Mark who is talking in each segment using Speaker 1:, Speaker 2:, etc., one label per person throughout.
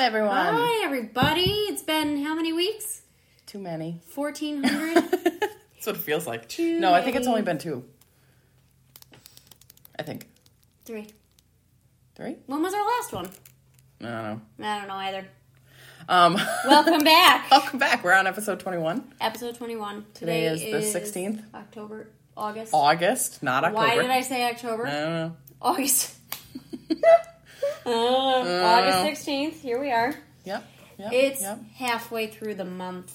Speaker 1: everyone.
Speaker 2: Hi, everybody. It's been how many weeks?
Speaker 1: Too many.
Speaker 2: 1400?
Speaker 1: That's what it feels like. no, I think it's only been two. I think.
Speaker 2: Three.
Speaker 1: Three?
Speaker 2: When was our last one?
Speaker 1: I don't know.
Speaker 2: I don't know either.
Speaker 1: Um,
Speaker 2: Welcome back.
Speaker 1: welcome back. We're on episode 21.
Speaker 2: Episode 21.
Speaker 1: Today is the 16th.
Speaker 2: October, August.
Speaker 1: August, not October.
Speaker 2: Why did I say October?
Speaker 1: I don't know.
Speaker 2: August. Uh,
Speaker 1: know.
Speaker 2: August 16th. Here we are.
Speaker 1: Yep. Yep.
Speaker 2: It's
Speaker 1: yep.
Speaker 2: halfway through the month.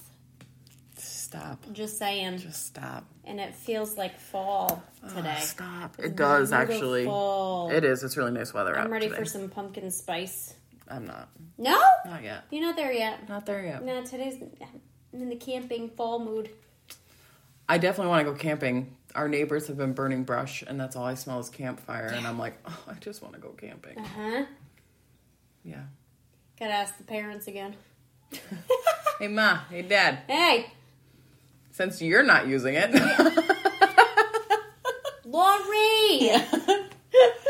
Speaker 1: Stop.
Speaker 2: Just saying.
Speaker 1: Just stop. Oh,
Speaker 2: And it feels like fall today.
Speaker 1: Stop. It does, actually.
Speaker 2: Beautiful.
Speaker 1: It is. It's really nice weather out
Speaker 2: I'm ready
Speaker 1: today.
Speaker 2: for some pumpkin spice.
Speaker 1: I'm not.
Speaker 2: No?
Speaker 1: Not yet.
Speaker 2: You're not there yet.
Speaker 1: Not there yet.
Speaker 2: No, today's I'm in the camping fall mood.
Speaker 1: I definitely want to go camping. Our neighbors have been burning brush, and that's all I smell is campfire. And I'm like, oh, I just want to go camping.
Speaker 2: Huh?
Speaker 1: Yeah.
Speaker 2: Gotta ask the parents again.
Speaker 1: Hey, Ma. Hey, Dad.
Speaker 2: hey,
Speaker 1: Since you're not using it.
Speaker 2: Lori,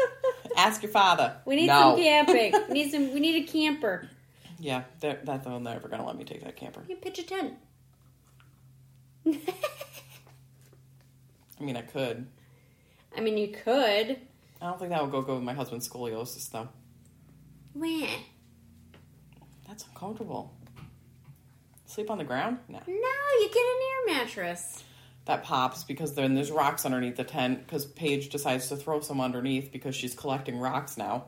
Speaker 1: Ask your father.
Speaker 2: we need some camping. We need some. We need a camper.
Speaker 1: Yeah, they're, that, they're never going to let me take that camper.
Speaker 2: You can pitch a tent.
Speaker 1: I mean, I could.
Speaker 2: I mean, you could.
Speaker 1: I don't think that would go good with my husband's scoliosis, though.
Speaker 2: Meh.
Speaker 1: That's uncomfortable. Sleep on the ground? No.
Speaker 2: No, you get an air mattress.
Speaker 1: That pops because then there's rocks underneath the tent because Paige decides to throw some underneath because she's collecting rocks now.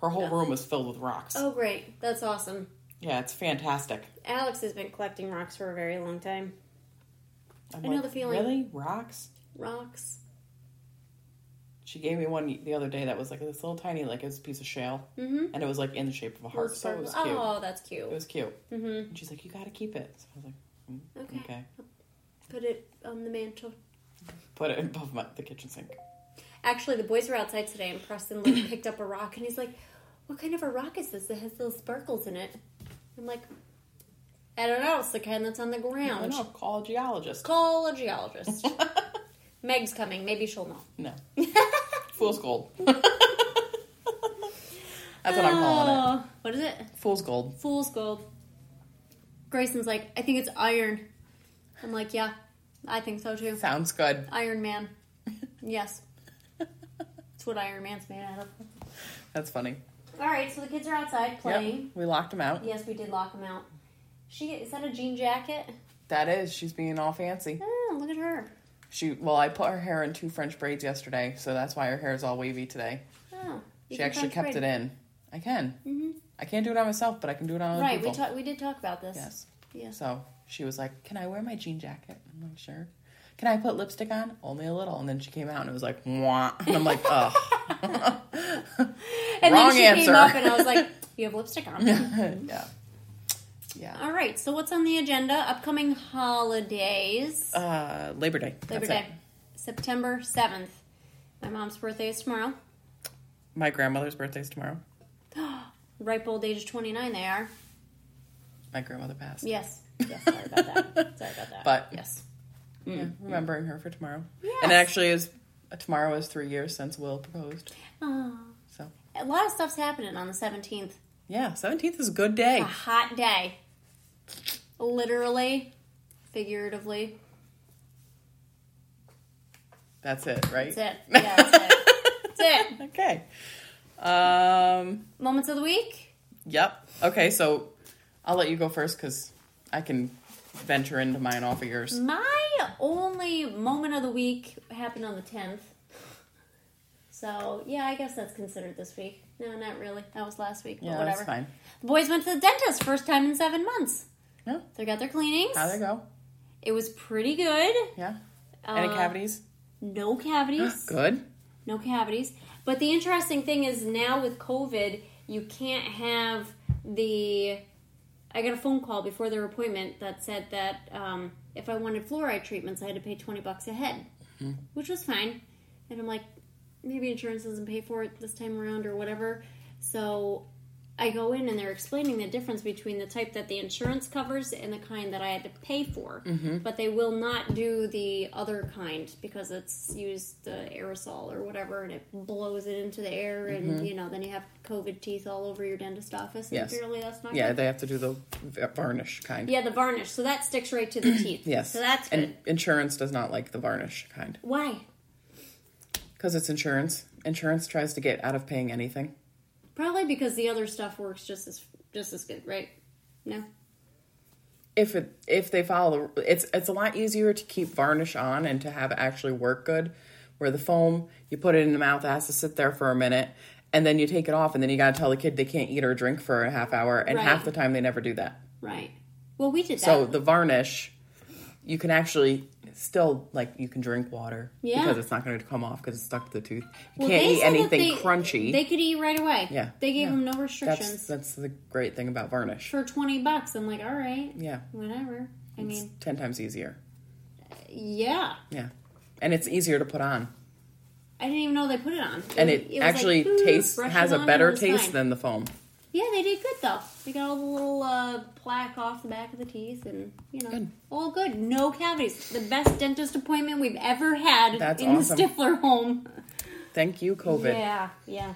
Speaker 1: Her whole room is filled with rocks.
Speaker 2: Oh, great! That's awesome.
Speaker 1: Yeah, it's fantastic.
Speaker 2: Alex has been collecting rocks for a very long time.
Speaker 1: I'm
Speaker 2: I know the feeling.
Speaker 1: Really? Rocks?
Speaker 2: Rocks.
Speaker 1: She gave me one the other day that was like this little tiny, like it's a piece of shale,
Speaker 2: Mhm.
Speaker 1: and it was like in the shape of a heart. So it was cute.
Speaker 2: oh, that's
Speaker 1: It
Speaker 2: cute.
Speaker 1: was cute.
Speaker 2: Mm-hmm.
Speaker 1: And she's like, "You got to keep it." So I was like, mm,
Speaker 2: Okay.
Speaker 1: "Okay."
Speaker 2: Put it on the mantle.
Speaker 1: Put it above my, the kitchen sink.
Speaker 2: Actually, the boys were outside today, and Preston like, picked up a rock, and he's like, "What kind of a rock is this that has little sparkles in it?" I'm like, "I don't know. It's the kind that's on the
Speaker 1: I
Speaker 2: ground."
Speaker 1: know. Call a geologist.
Speaker 2: Call a geologist. Meg's coming. Maybe she'll know.
Speaker 1: No. Fool's gold. That's what I'm calling
Speaker 2: Oh, What is it?
Speaker 1: it. Fool's gold.
Speaker 2: Fool's gold. Grayson's like, "I think it's iron." I'm like, "Yeah, I think so too."
Speaker 1: Sounds good.
Speaker 2: Iron Man. Yes, it's what Iron Man's made out of.
Speaker 1: That's funny.
Speaker 2: All right, so the kids are outside playing.
Speaker 1: Yep. We locked him out.
Speaker 2: Yes, we did lock them out. She is that a jean jacket?
Speaker 1: That is. She's being all fancy.
Speaker 2: Oh, look at her.
Speaker 1: She. Well, I put her hair in two French braids yesterday, so that's why her hair is all wavy today.
Speaker 2: Oh,
Speaker 1: She actually kept it in. I can.
Speaker 2: Mhm.
Speaker 1: I can't do it on myself, but I can do it on other
Speaker 2: Right,
Speaker 1: people.
Speaker 2: we talked. We did talk about this.
Speaker 1: yes.
Speaker 2: Yes.
Speaker 1: So she was like, "Can I wear my jean jacket?" I'm like, "Sure." Can I put lipstick on? Only a little. And then she came out and it was like, "Mwah," and I'm like, "Ugh."
Speaker 2: And
Speaker 1: Wrong
Speaker 2: then she
Speaker 1: answer.
Speaker 2: came up, and I was like, "You have lipstick on."
Speaker 1: yeah, yeah.
Speaker 2: All right. So what's on the agenda? Upcoming holidays.
Speaker 1: Uh, Labor Day.
Speaker 2: Labor
Speaker 1: That's
Speaker 2: Day,
Speaker 1: it.
Speaker 2: September seventh. My mom's birthday is tomorrow.
Speaker 1: My grandmother's birthday's tomorrow.
Speaker 2: Ripe old age of twenty nine. They are.
Speaker 1: My grandmother passed.
Speaker 2: Yes. Yes. Sorry about that. Sorry about that.
Speaker 1: But-
Speaker 2: yes.
Speaker 1: Yeah, remembering her for tomorrow.
Speaker 2: Yes.
Speaker 1: And it actually is tomorrow is three years since Will proposed.
Speaker 2: Oh,
Speaker 1: So
Speaker 2: a lot of stuff's happening on the seventeenth.
Speaker 1: yeah, seventeenth is a good day.
Speaker 2: a hot day. Literally, figuratively.
Speaker 1: That's it, right?
Speaker 2: That's it. Yeah, that's it. That's it.
Speaker 1: Okay. Um.
Speaker 2: Moments of the week?
Speaker 1: Yep. Okay, so I'll let you go first because I can venture into mine off of
Speaker 2: Mm,
Speaker 1: yours.
Speaker 2: My only moment of the week happened on the 10th. So, yeah, I guess that's considered this week. No, not really. That was last week, but
Speaker 1: Yeah,
Speaker 2: whatever.
Speaker 1: that's fine.
Speaker 2: The boys went to the dentist first time in seven months.
Speaker 1: Yeah.
Speaker 2: They got their cleanings.
Speaker 1: How'd it go?
Speaker 2: It was pretty good.
Speaker 1: Yeah. Any
Speaker 2: Uh,
Speaker 1: cavities?
Speaker 2: No cavities.
Speaker 1: Good.
Speaker 2: no cavities. But the interesting thing is now with COVID, you can't have the. I got a phone call before their appointment that said that um, if I wanted fluoride treatments, I had to pay twenty bucks a head,
Speaker 1: Hmm.
Speaker 2: which was fine. And I'm like, maybe insurance doesn't pay for it this time around or whatever. So I go in and they're explaining the difference between the type that the insurance covers and the kind that I had to pay for.
Speaker 1: Mm-hmm.
Speaker 2: But they will not do the other kind because it's used the aerosol or whatever and it blows it into the air and you know then you have COVID teeth all over your dentist office.
Speaker 1: Mm-hmm. Yes.
Speaker 2: And apparently that's not
Speaker 1: Yeah,
Speaker 2: good.
Speaker 1: they have to do the v- varnish kind.
Speaker 2: yeah, the varnish. So that sticks right to the teeth.
Speaker 1: Yes.
Speaker 2: So that's good.
Speaker 1: And insurance does not like the varnish kind
Speaker 2: Why?
Speaker 1: because it's insurance. Insurance tries to get out of paying anything.
Speaker 2: Probably because the other stuff works just as just as good, right? No.
Speaker 1: If it if they follow the, it's it's a lot easier to keep varnish on and to have it actually work good. Where the foam, you put it in the mouth, it has to sit there for a minute, and then you take it off, and then you gotta tell the kid they can't eat or drink for a half hour, and
Speaker 2: Right.
Speaker 1: half the time they never do that.
Speaker 2: Right. Well, we did that.
Speaker 1: So the varnish, you can actually still like you can drink water
Speaker 2: Yeah.
Speaker 1: because it's not going to come off because it's stuck to the tooth. You
Speaker 2: Well,
Speaker 1: can't
Speaker 2: they
Speaker 1: eat
Speaker 2: said that
Speaker 1: anything
Speaker 2: they-
Speaker 1: crunchy.
Speaker 2: They could eat right away.
Speaker 1: Yeah.
Speaker 2: They gave
Speaker 1: Yeah.
Speaker 2: them no
Speaker 1: that's
Speaker 2: restrictions
Speaker 1: that's the great thing about varnish.
Speaker 2: for 20 bucks. I'm like, all right,
Speaker 1: Yeah,
Speaker 2: whatever. I
Speaker 1: it's
Speaker 2: mean,
Speaker 1: ten times easier.
Speaker 2: yeah.
Speaker 1: Yeah, and it's easier to put on,
Speaker 2: I didn't even know they put it on.
Speaker 1: and
Speaker 2: was-
Speaker 1: it,
Speaker 2: was like,
Speaker 1: actually
Speaker 2: "Ooh,
Speaker 1: tastes
Speaker 2: brush
Speaker 1: has
Speaker 2: it
Speaker 1: a
Speaker 2: on,"
Speaker 1: better
Speaker 2: and it was
Speaker 1: taste
Speaker 2: fine.
Speaker 1: than the foam.
Speaker 2: Yeah, they did good though. They got all the little uh, plaque off the back of the teeth, and you know,
Speaker 1: Good.
Speaker 2: all good. No cavities. The best dentist appointment we've ever had
Speaker 1: That's
Speaker 2: in
Speaker 1: awesome.
Speaker 2: the Stifler home.
Speaker 1: Thank you, COVID.
Speaker 2: Yeah, yeah.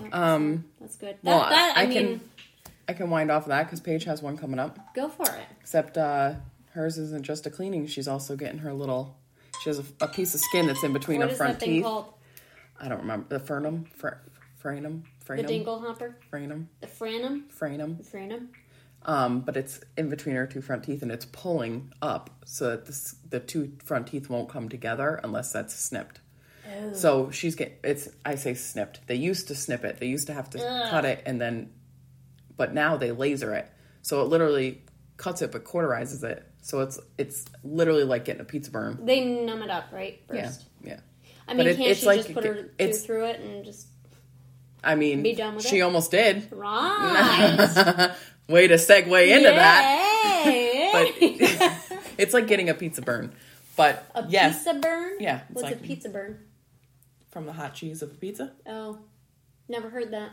Speaker 2: Yeah,
Speaker 1: Um,
Speaker 2: that's good. That,
Speaker 1: well,
Speaker 2: that, I,
Speaker 1: I
Speaker 2: mean,
Speaker 1: can- I can wind off of that because Paige has one coming up.
Speaker 2: go for it.
Speaker 1: Except uh, hers isn't just a cleaning; she's also getting her little. She has a, a piece of skin that's in between
Speaker 2: What
Speaker 1: her
Speaker 2: is
Speaker 1: front
Speaker 2: that thing
Speaker 1: teeth.
Speaker 2: called?
Speaker 1: I don't remember the Fernum, fr- Franum,
Speaker 2: The
Speaker 1: Franum,
Speaker 2: dingle hopper?
Speaker 1: Franum,
Speaker 2: The franum?
Speaker 1: Franum.
Speaker 2: The franum?
Speaker 1: Um, but it's in between her two front teeth, and it's pulling up so that this, the two front teeth won't come together unless that's snipped.
Speaker 2: Oh.
Speaker 1: So she's get it's I say snipped. They used to snip it. They used to have to cut it and then, but now they laser it. So it literally cuts it but cauterizes it. So it's it's literally like getting a pizza burn.
Speaker 2: They numb it up, right?
Speaker 1: Yeah,
Speaker 2: First.
Speaker 1: yeah.
Speaker 2: I
Speaker 1: But
Speaker 2: mean,
Speaker 1: it-
Speaker 2: can't
Speaker 1: it's
Speaker 2: she
Speaker 1: like
Speaker 2: just put
Speaker 1: it-
Speaker 2: her tooth
Speaker 1: it's-
Speaker 2: through it and just
Speaker 1: I mean,
Speaker 2: Be done with
Speaker 1: she
Speaker 2: it?
Speaker 1: almost did.
Speaker 2: right?
Speaker 1: Way to segue into that.
Speaker 2: Yay!
Speaker 1: But it's like getting a pizza burn. But
Speaker 2: a
Speaker 1: yes,
Speaker 2: pizza burn?
Speaker 1: Yeah, it's
Speaker 2: What's a
Speaker 1: like-
Speaker 2: pizza burn?
Speaker 1: from the hot cheese of a pizza.
Speaker 2: Oh, never heard that.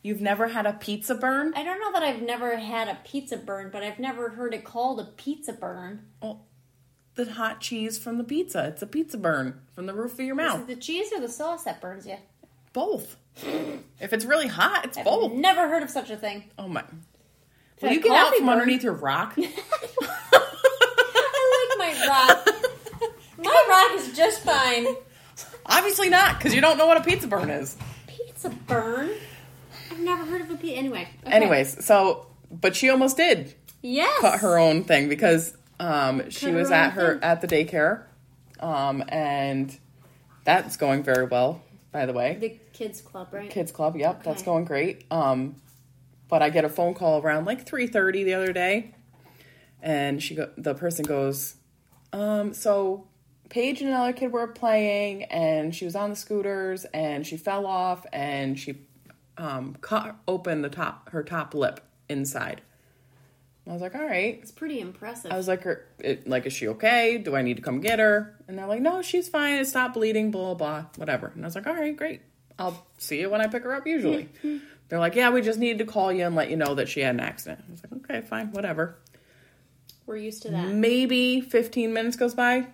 Speaker 1: You've never had a pizza burn?
Speaker 2: I don't know that I've never had a pizza burn, but I've never heard it called a pizza burn.
Speaker 1: Well, the hot cheese from the pizza. It's a pizza burn from the roof of your
Speaker 2: Is
Speaker 1: mouth.
Speaker 2: it the cheese or the sauce that burns you?
Speaker 1: Both. if it's really hot, it's both.
Speaker 2: Never heard of such a thing.
Speaker 1: Oh my. Will
Speaker 2: a
Speaker 1: you get out
Speaker 2: coffee
Speaker 1: from
Speaker 2: burn-
Speaker 1: underneath your rock?
Speaker 2: I like my rock. My rock is just fine.
Speaker 1: Obviously not, because you don't know what a pizza burn is.
Speaker 2: Pizza burn? I've never heard of a pizza. Anyway. okay.
Speaker 1: Anyways, so but she almost did.
Speaker 2: Yes.
Speaker 1: cut her own thing because um, she
Speaker 2: Cut
Speaker 1: was
Speaker 2: her own
Speaker 1: at her
Speaker 2: thing?
Speaker 1: at the daycare, um, and that's going very well. By the way,
Speaker 2: The kids club, right?
Speaker 1: kids club, yep, that's
Speaker 2: Okay.
Speaker 1: going great. Um, but I get a phone call around like three thirty the other day, and she go, the person goes, um, so Paige and another kid were playing, and she was on the scooters, and she fell off, and she um, cut open the top her top lip inside. I was like, all right.
Speaker 2: It's pretty impressive.
Speaker 1: I was like, "Are- it, like, is she okay? Do I need to come get her? And they're like, no, she's fine. It stopped bleeding, blah, blah, blah, whatever. And I was like, all right, great. I'll see you when I pick her up usually. they're like, yeah, we just needed to call you and let you know that she had an accident. I was like, okay, fine, whatever.
Speaker 2: We're used to
Speaker 1: Mm,
Speaker 2: that.
Speaker 1: Maybe 15 minutes goes by.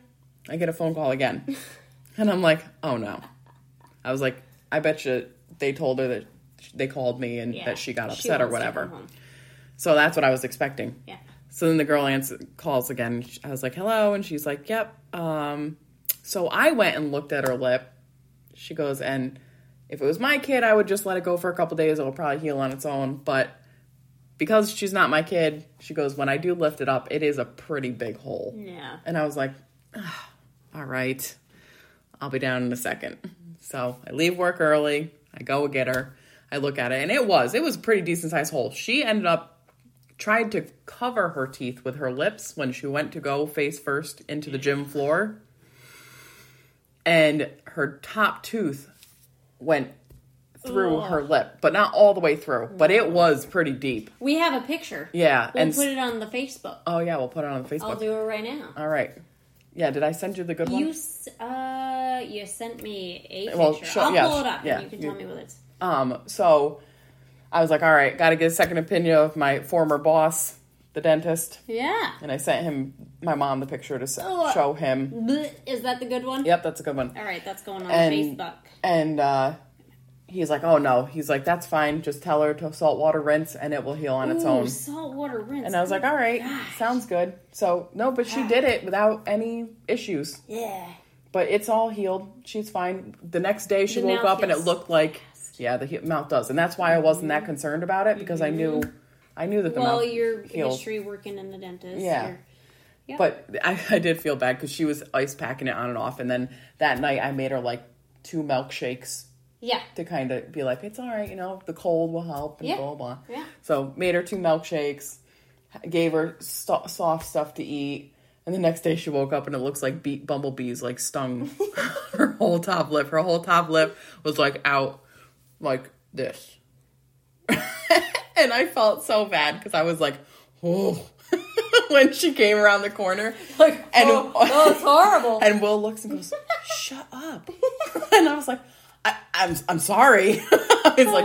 Speaker 1: I get a phone call again. and I'm like, oh no. I was like, I bet you they told her that they called me and
Speaker 2: Yeah.
Speaker 1: that she got upset or
Speaker 2: wants to come
Speaker 1: whatever.
Speaker 2: home.
Speaker 1: So that's what I was expecting.
Speaker 2: Yeah.
Speaker 1: So then the girl answer, calls again. I was like, hello. And she's like, yep. Um, so I went and looked at her lip. She goes, and if it was my kid, I would just let it go for a couple days. It'll probably heal on its own. But because she's not my kid, she goes, when I do lift it up, it is a pretty big hole.
Speaker 2: Yeah.
Speaker 1: And I was like, "Ah, all right, I'll be down in a second. So I leave work early. I go get her. I look at it, and it was it was a pretty decent sized hole. She ended up tried to cover her teeth with her lips when she went to go face first into the gym floor, and her top tooth went through her lip, but not all the way through. But it was pretty deep.
Speaker 2: We have a picture.
Speaker 1: Yeah,
Speaker 2: We'll
Speaker 1: and
Speaker 2: put it on the Facebook.
Speaker 1: oh yeah, we'll put it on Facebook.
Speaker 2: I'll do it right now.
Speaker 1: All right. Yeah, did I send you the good
Speaker 2: You
Speaker 1: one?
Speaker 2: s- uh you sent me a
Speaker 1: Well,
Speaker 2: picture.
Speaker 1: sure,
Speaker 2: I'll
Speaker 1: yeah,
Speaker 2: pull it up
Speaker 1: yeah,
Speaker 2: and you can
Speaker 1: you-
Speaker 2: tell me what it's.
Speaker 1: Um, so I was like, all right, got to get a second opinion of my former boss, the dentist.
Speaker 2: Yeah.
Speaker 1: And I sent him, my mom, the picture to s-
Speaker 2: Ugh.
Speaker 1: show him.
Speaker 2: Bleh. Is that the good one?
Speaker 1: Yep, that's a good one.
Speaker 2: All right, that's going on
Speaker 1: And-
Speaker 2: Facebook.
Speaker 1: And uh, he's like, oh no. He's like, that's fine. Just tell her to salt water rinse and it will heal on its
Speaker 2: Ooh,
Speaker 1: own.
Speaker 2: salt water rinse.
Speaker 1: And I was like, all right,
Speaker 2: Gosh.
Speaker 1: sounds good. So, no, but she did it without any issues.
Speaker 2: yeah.
Speaker 1: But it's all healed. She's fine. The next day she
Speaker 2: The
Speaker 1: woke
Speaker 2: mouth
Speaker 1: up and it
Speaker 2: heals
Speaker 1: looked like, yeah, the he- mouth does. And that's why I wasn't that concerned about it because I knew, I knew that the
Speaker 2: Mm-hmm. Well,
Speaker 1: mouth
Speaker 2: your
Speaker 1: healed.
Speaker 2: history working in the dentist.
Speaker 1: Yeah.
Speaker 2: your- yeah.
Speaker 1: But I, I did feel bad because she was ice packing it on and off. And then that night I made her like two milkshakes
Speaker 2: yeah.
Speaker 1: to kind of be like, it's all right, you know, the cold will help and
Speaker 2: Yeah.
Speaker 1: blah, blah.
Speaker 2: Yeah.
Speaker 1: So made her two milkshakes, gave her sto- soft stuff to eat. And the next day she woke up and it looks like bee- bumblebees like stung her whole top lip. Her whole top lip was like out like this. and I felt so bad because I was like, oh, when she came around the corner.
Speaker 2: Like,
Speaker 1: And-
Speaker 2: oh, oh, it's horrible.
Speaker 1: And Will looks and goes, "Shut up!" and I was like, I, "I'm I'm sorry." I was like,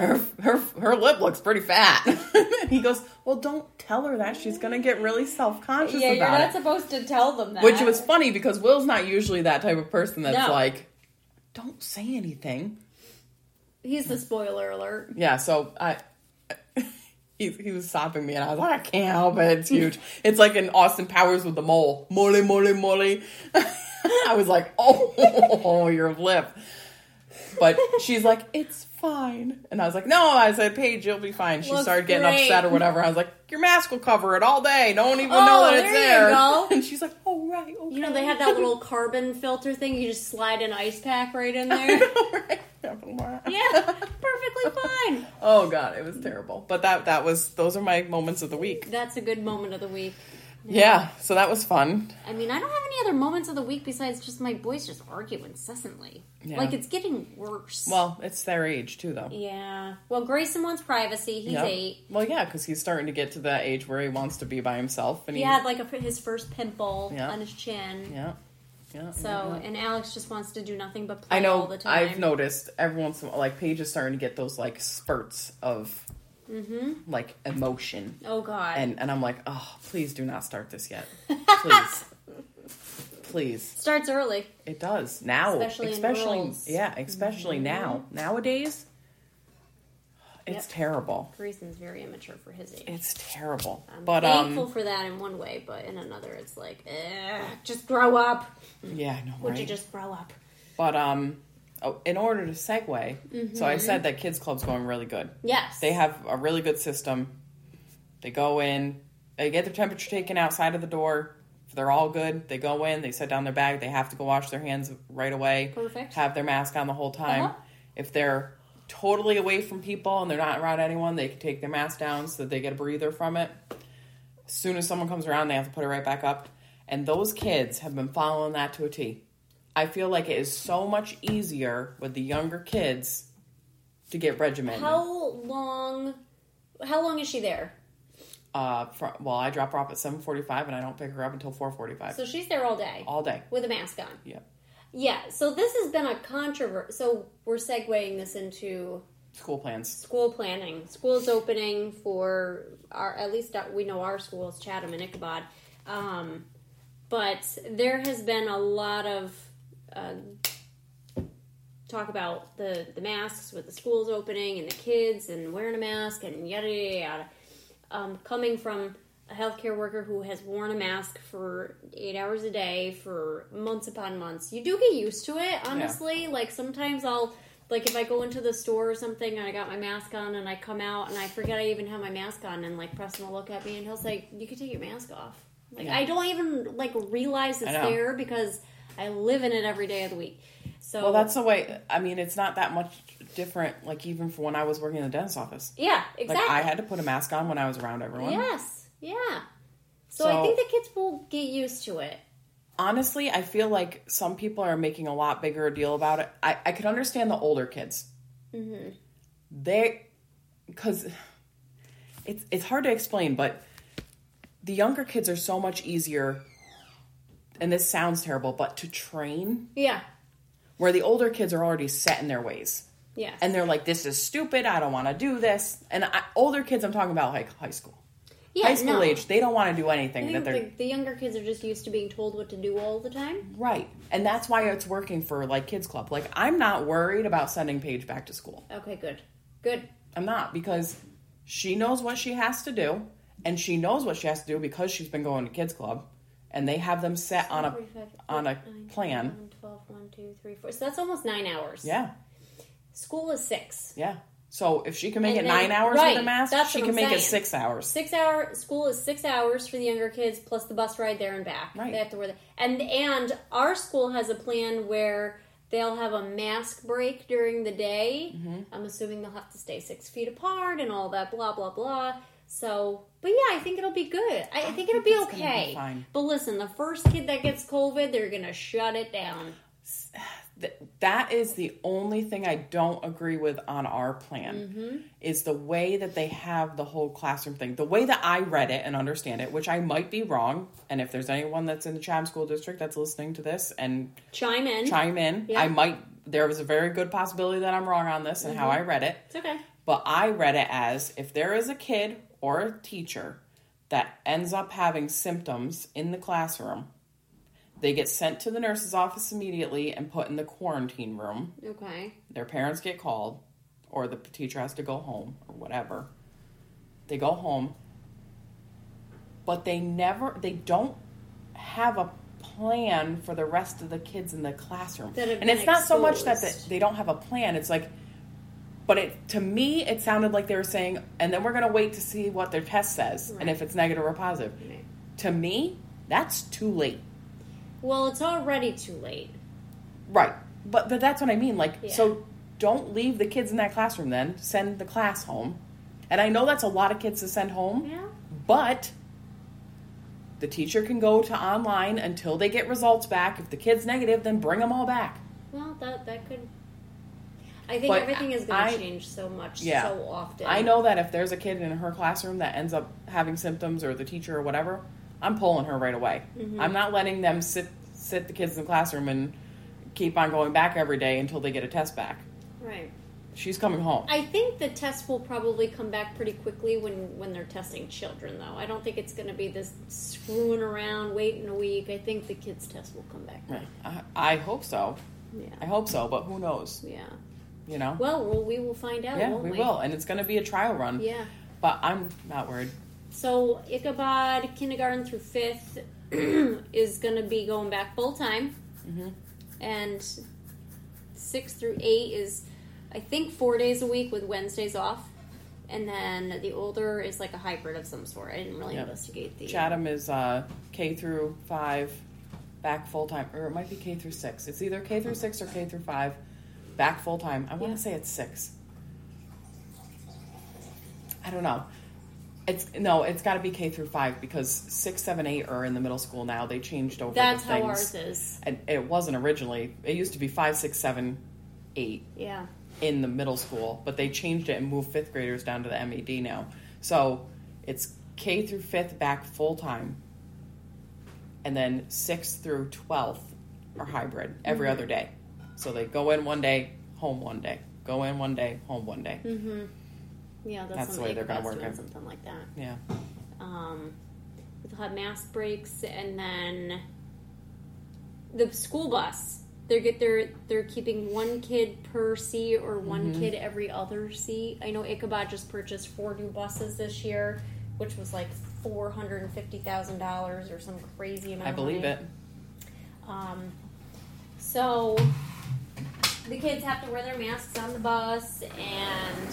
Speaker 1: "Her her her lip looks pretty fat." and he goes, "Well, don't tell her that. She's gonna get really self conscious
Speaker 2: yeah, you're
Speaker 1: about
Speaker 2: not
Speaker 1: it."
Speaker 2: supposed to tell them that.
Speaker 1: Which was funny because Will's not usually that type of person that's
Speaker 2: No.
Speaker 1: like, "Don't say anything."
Speaker 2: He's the spoiler alert.
Speaker 1: Yeah, so I. He, he was stopping me, and I was like, I can't help it. It's huge. It's like in Austin Powers with the mole. Mole, mole, mole. I was like, oh, your lip. But she's like, it's fine. And I was like, no. I said, Paige, you'll be fine. She
Speaker 2: Looks
Speaker 1: started getting
Speaker 2: great.
Speaker 1: upset or whatever. I was like, your mask will cover it all day. No one even will
Speaker 2: Oh,
Speaker 1: know that
Speaker 2: there
Speaker 1: it's
Speaker 2: you
Speaker 1: there.
Speaker 2: go.
Speaker 1: And she's like, oh, right. Okay.
Speaker 2: You know, they have that little carbon filter thing. You just slide an ice pack right in there.
Speaker 1: Right.
Speaker 2: yeah, perfectly fine.
Speaker 1: Oh god, it was terrible. But that that was those are my moments of the week.
Speaker 2: That's a good moment of the week.
Speaker 1: Yeah, so that was fun.
Speaker 2: I mean, I don't have any other moments of the week besides just my boys just argue incessantly.
Speaker 1: Yeah.
Speaker 2: Like it's getting worse.
Speaker 1: Well, it's their age too, though.
Speaker 2: yeah. Well, Grayson wants privacy. He's
Speaker 1: Yeah.
Speaker 2: eight.
Speaker 1: Well, yeah, because he's starting to get to that age where he wants to be by himself, and
Speaker 2: He
Speaker 1: he,
Speaker 2: had like a, his first pimple
Speaker 1: Yeah.
Speaker 2: on his chin.
Speaker 1: yeah, yeah.
Speaker 2: So,
Speaker 1: yeah.
Speaker 2: and Alex just wants to do nothing but play
Speaker 1: Mm-hmm. I
Speaker 2: all the
Speaker 1: know.
Speaker 2: time.
Speaker 1: I've noticed every once in a while, like Paige is starting to get those like spurts of
Speaker 2: Mm-hmm.
Speaker 1: like emotion,
Speaker 2: Oh God.
Speaker 1: and and I'm like, oh, please do not start this yet, please, please.
Speaker 2: Starts early.
Speaker 1: It does now,
Speaker 2: Especially
Speaker 1: especially,
Speaker 2: in girls. Mm-hmm.
Speaker 1: yeah, especially now nowadays. It's
Speaker 2: Yep.
Speaker 1: terrible.
Speaker 2: Grayson's very immature for his age.
Speaker 1: It's terrible.
Speaker 2: I'm
Speaker 1: but
Speaker 2: thankful
Speaker 1: um,
Speaker 2: for that in one way, but in another, it's like, eh, just grow up.
Speaker 1: yeah, I know.
Speaker 2: Would
Speaker 1: right?
Speaker 2: you just grow up?
Speaker 1: But um, oh, in order to segue, so
Speaker 2: Mm-hmm.
Speaker 1: I said that kids club's going really good.
Speaker 2: Yes.
Speaker 1: They have a really good system. They go in, they get their temperature taken outside of the door. They're all good. They go in, they set down their bag. They have to go wash their hands right away.
Speaker 2: Perfect.
Speaker 1: Have their mask on the whole time.
Speaker 2: Uh-huh.
Speaker 1: If they're totally away from people and they're not around anyone, they can take their mask down so that they get a breather from it. As soon as someone comes around, they have to put it right back up. And those kids have been following that to a T. I feel like it is so much easier with the younger kids to get regimented.
Speaker 2: How long? How long is she there?
Speaker 1: uh fr well i drop her off at 7.45 and i don't pick her up until 4.45
Speaker 2: So she's there all day
Speaker 1: all day
Speaker 2: with a mask on.
Speaker 1: yeah
Speaker 2: Yeah. So this has been a controversy. So we're segueing this into
Speaker 1: school plans
Speaker 2: school planning. School's opening for our at least that we know our schools, Chatham and Ichabod. Um, but there has been a lot of uh, talk about the the masks with the schools opening and the kids and wearing a mask and yada yada yada. Um, coming from a healthcare worker who has worn a mask for eight hours a day for months upon months, you do get used to it. Honestly, like sometimes I'll like if I go into the store or something and I got my mask on and I come out and I forget I even have my mask on and like Preston will look at me and he'll say, "You can take your mask off." Like
Speaker 1: Yeah.
Speaker 2: I don't even like realize it's
Speaker 1: I know.
Speaker 2: there because I live in it every day of the week. So
Speaker 1: well that's the way i mean it's not that much different like even from when i was working in the dentist's office
Speaker 2: yeah,
Speaker 1: like
Speaker 2: exactly.
Speaker 1: i had to put a mask on when i was around everyone
Speaker 2: Yes. Yeah. So,
Speaker 1: So-
Speaker 2: I think the kids will get used to it.
Speaker 1: honestly i feel like some people are making a lot bigger a deal about it i, I can understand the older kids
Speaker 2: Mm-hmm.
Speaker 1: they because it's it's hard to explain but the younger kids are so much easier and this sounds terrible but to train
Speaker 2: Yeah.
Speaker 1: where the older kids are already set in their ways
Speaker 2: Yes.
Speaker 1: and they're like, "This is stupid. I don't want to do this." And I, older kids, I'm talking about like high school,
Speaker 2: yeah,
Speaker 1: high school
Speaker 2: no.
Speaker 1: age, they don't want to do anything
Speaker 2: I
Speaker 1: that
Speaker 2: think
Speaker 1: they're
Speaker 2: the, the younger kids are just used to being told what to do all the time.
Speaker 1: right, and that's why it's working for like kids club. Like, I'm not worried about sending Paige back to school.
Speaker 2: Okay, good, good.
Speaker 1: I'm not because she knows what she has to do, and she knows what she has to do because she's been going to kids club, and they have them set on a
Speaker 2: Three, five,
Speaker 1: on a
Speaker 2: eight, nine,
Speaker 1: plan.
Speaker 2: 11, 12, 1, 2, 3, 4. So that's almost nine hours.
Speaker 1: Yeah,
Speaker 2: School is six.
Speaker 1: yeah. So if she can make
Speaker 2: And
Speaker 1: it
Speaker 2: then-
Speaker 1: nine hours
Speaker 2: right,
Speaker 1: with a mask,
Speaker 2: that's
Speaker 1: she
Speaker 2: what
Speaker 1: can
Speaker 2: I'm
Speaker 1: make it
Speaker 2: saying.
Speaker 1: six hours.
Speaker 2: Six hour school is six hours for the younger kids, plus the bus ride there and back.
Speaker 1: Right.
Speaker 2: They have to wear that. And and our school has a plan where they'll have a mask break during the day.
Speaker 1: Mm-hmm.
Speaker 2: I'm assuming they'll have to stay six feet apart and all that. Blah blah blah. So, but yeah, I think it'll be good. I, I think it'll be
Speaker 1: it's gonna be
Speaker 2: okay.
Speaker 1: fine.
Speaker 2: But listen, the first kid that gets COVID, they're gonna shut it down.
Speaker 1: Th- that is the only thing I don't agree with on our plan is the way that they have the whole classroom thing. The way that I read it and understand it, which I might be wrong, and if there's anyone that's in the Chatham School District that's listening to this and
Speaker 2: Chime in.
Speaker 1: chime in,
Speaker 2: Yeah.
Speaker 1: I might there was a very good possibility that I'm wrong on this and how I read it.
Speaker 2: It's okay.
Speaker 1: But I read it as if there is a kid or a teacher that ends up having symptoms in the classroom, they get sent to the nurse's office immediately and put in the quarantine room.
Speaker 2: Okay.
Speaker 1: Their parents get called, or the teacher has to go home, or whatever. They go home, but they never, they don't have a plan for the rest of the kids in the classroom.
Speaker 2: That have
Speaker 1: and
Speaker 2: been
Speaker 1: it's not so much that
Speaker 2: exposed.
Speaker 1: the, they don't have a plan, it's like, but it, to me, it sounded like they were saying, and then we're going to wait to see what their test says
Speaker 2: Right.
Speaker 1: and if it's negative or positive.
Speaker 2: Right.
Speaker 1: To me, that's too late.
Speaker 2: Well, it's already too late.
Speaker 1: Right. But but that's what I mean. Like
Speaker 2: Yeah.
Speaker 1: so don't leave the kids in that classroom then. Send the class home. And I know that's a lot of kids to send home,
Speaker 2: Yeah.
Speaker 1: but the teacher can go to online until they get results back. If the kid's negative, then bring them all back.
Speaker 2: Well, that that could. I think
Speaker 1: But
Speaker 2: everything is going
Speaker 1: I-
Speaker 2: to change so much,
Speaker 1: Yeah.
Speaker 2: so often.
Speaker 1: I know that if there's a kid in her classroom that ends up having symptoms or the teacher or whatever, I'm pulling her right away.
Speaker 2: Mm-hmm.
Speaker 1: I'm not letting them sit sit the kids in the classroom and keep on going back every day until they get a test back.
Speaker 2: Right.
Speaker 1: She's coming home.
Speaker 2: I think the test will probably come back pretty quickly when when they're testing children, though. I don't think it's going to be this screwing around, waiting a week. I think the kids' test will come back.
Speaker 1: Right. I, I hope so. I
Speaker 2: Yeah.
Speaker 1: hope so, but who knows?
Speaker 2: Yeah.
Speaker 1: You know?
Speaker 2: Well, well, we will find out.
Speaker 1: yeah,
Speaker 2: won't
Speaker 1: we will. And it's going to be a trial run.
Speaker 2: Yeah.
Speaker 1: But I'm not worried.
Speaker 2: So Ichabod kindergarten through fifth is going to be going back full time,
Speaker 1: Mhm.
Speaker 2: and six through eight is, I think, four days a week with Wednesdays off, and then the older is like a hybrid of some sort. I didn't really
Speaker 1: Yeah.
Speaker 2: investigate the
Speaker 1: Chatham is uh, K through 5, back full time. Or it might be K through 6. It's either K through 6 or K through 5, back full time. I want
Speaker 2: Yeah.
Speaker 1: to say it's 6. I don't know. It's no, it's got to be K through 5 because six, seven, eight are in the middle school now. They changed over
Speaker 2: That's
Speaker 1: the
Speaker 2: how
Speaker 1: things.
Speaker 2: ours is.
Speaker 1: and it wasn't originally. It used to be five, six, seven, eight.
Speaker 2: Yeah.
Speaker 1: in the middle school, but they changed it and moved fifth graders down to the MED now. So it's K through fifth back full time, and then sixth through twelfth are hybrid every other day. So they go in one day, home one day, go in one day, home one day.
Speaker 2: Mm-hmm. Yeah, that's,
Speaker 1: That's the way
Speaker 2: something-
Speaker 1: they're gonna
Speaker 2: Ichabod's
Speaker 1: work
Speaker 2: doing
Speaker 1: it.
Speaker 2: Something like that.
Speaker 1: Yeah,
Speaker 2: um, they'll have mask breaks and then the school bus they're get they're they're keeping one kid per seat or one
Speaker 1: Mm-hmm.
Speaker 2: kid every other seat i know ichabod just purchased four new buses this year which was like $450000 or some crazy amount
Speaker 1: I believe it.
Speaker 2: it um, so the kids have to wear their masks on the bus and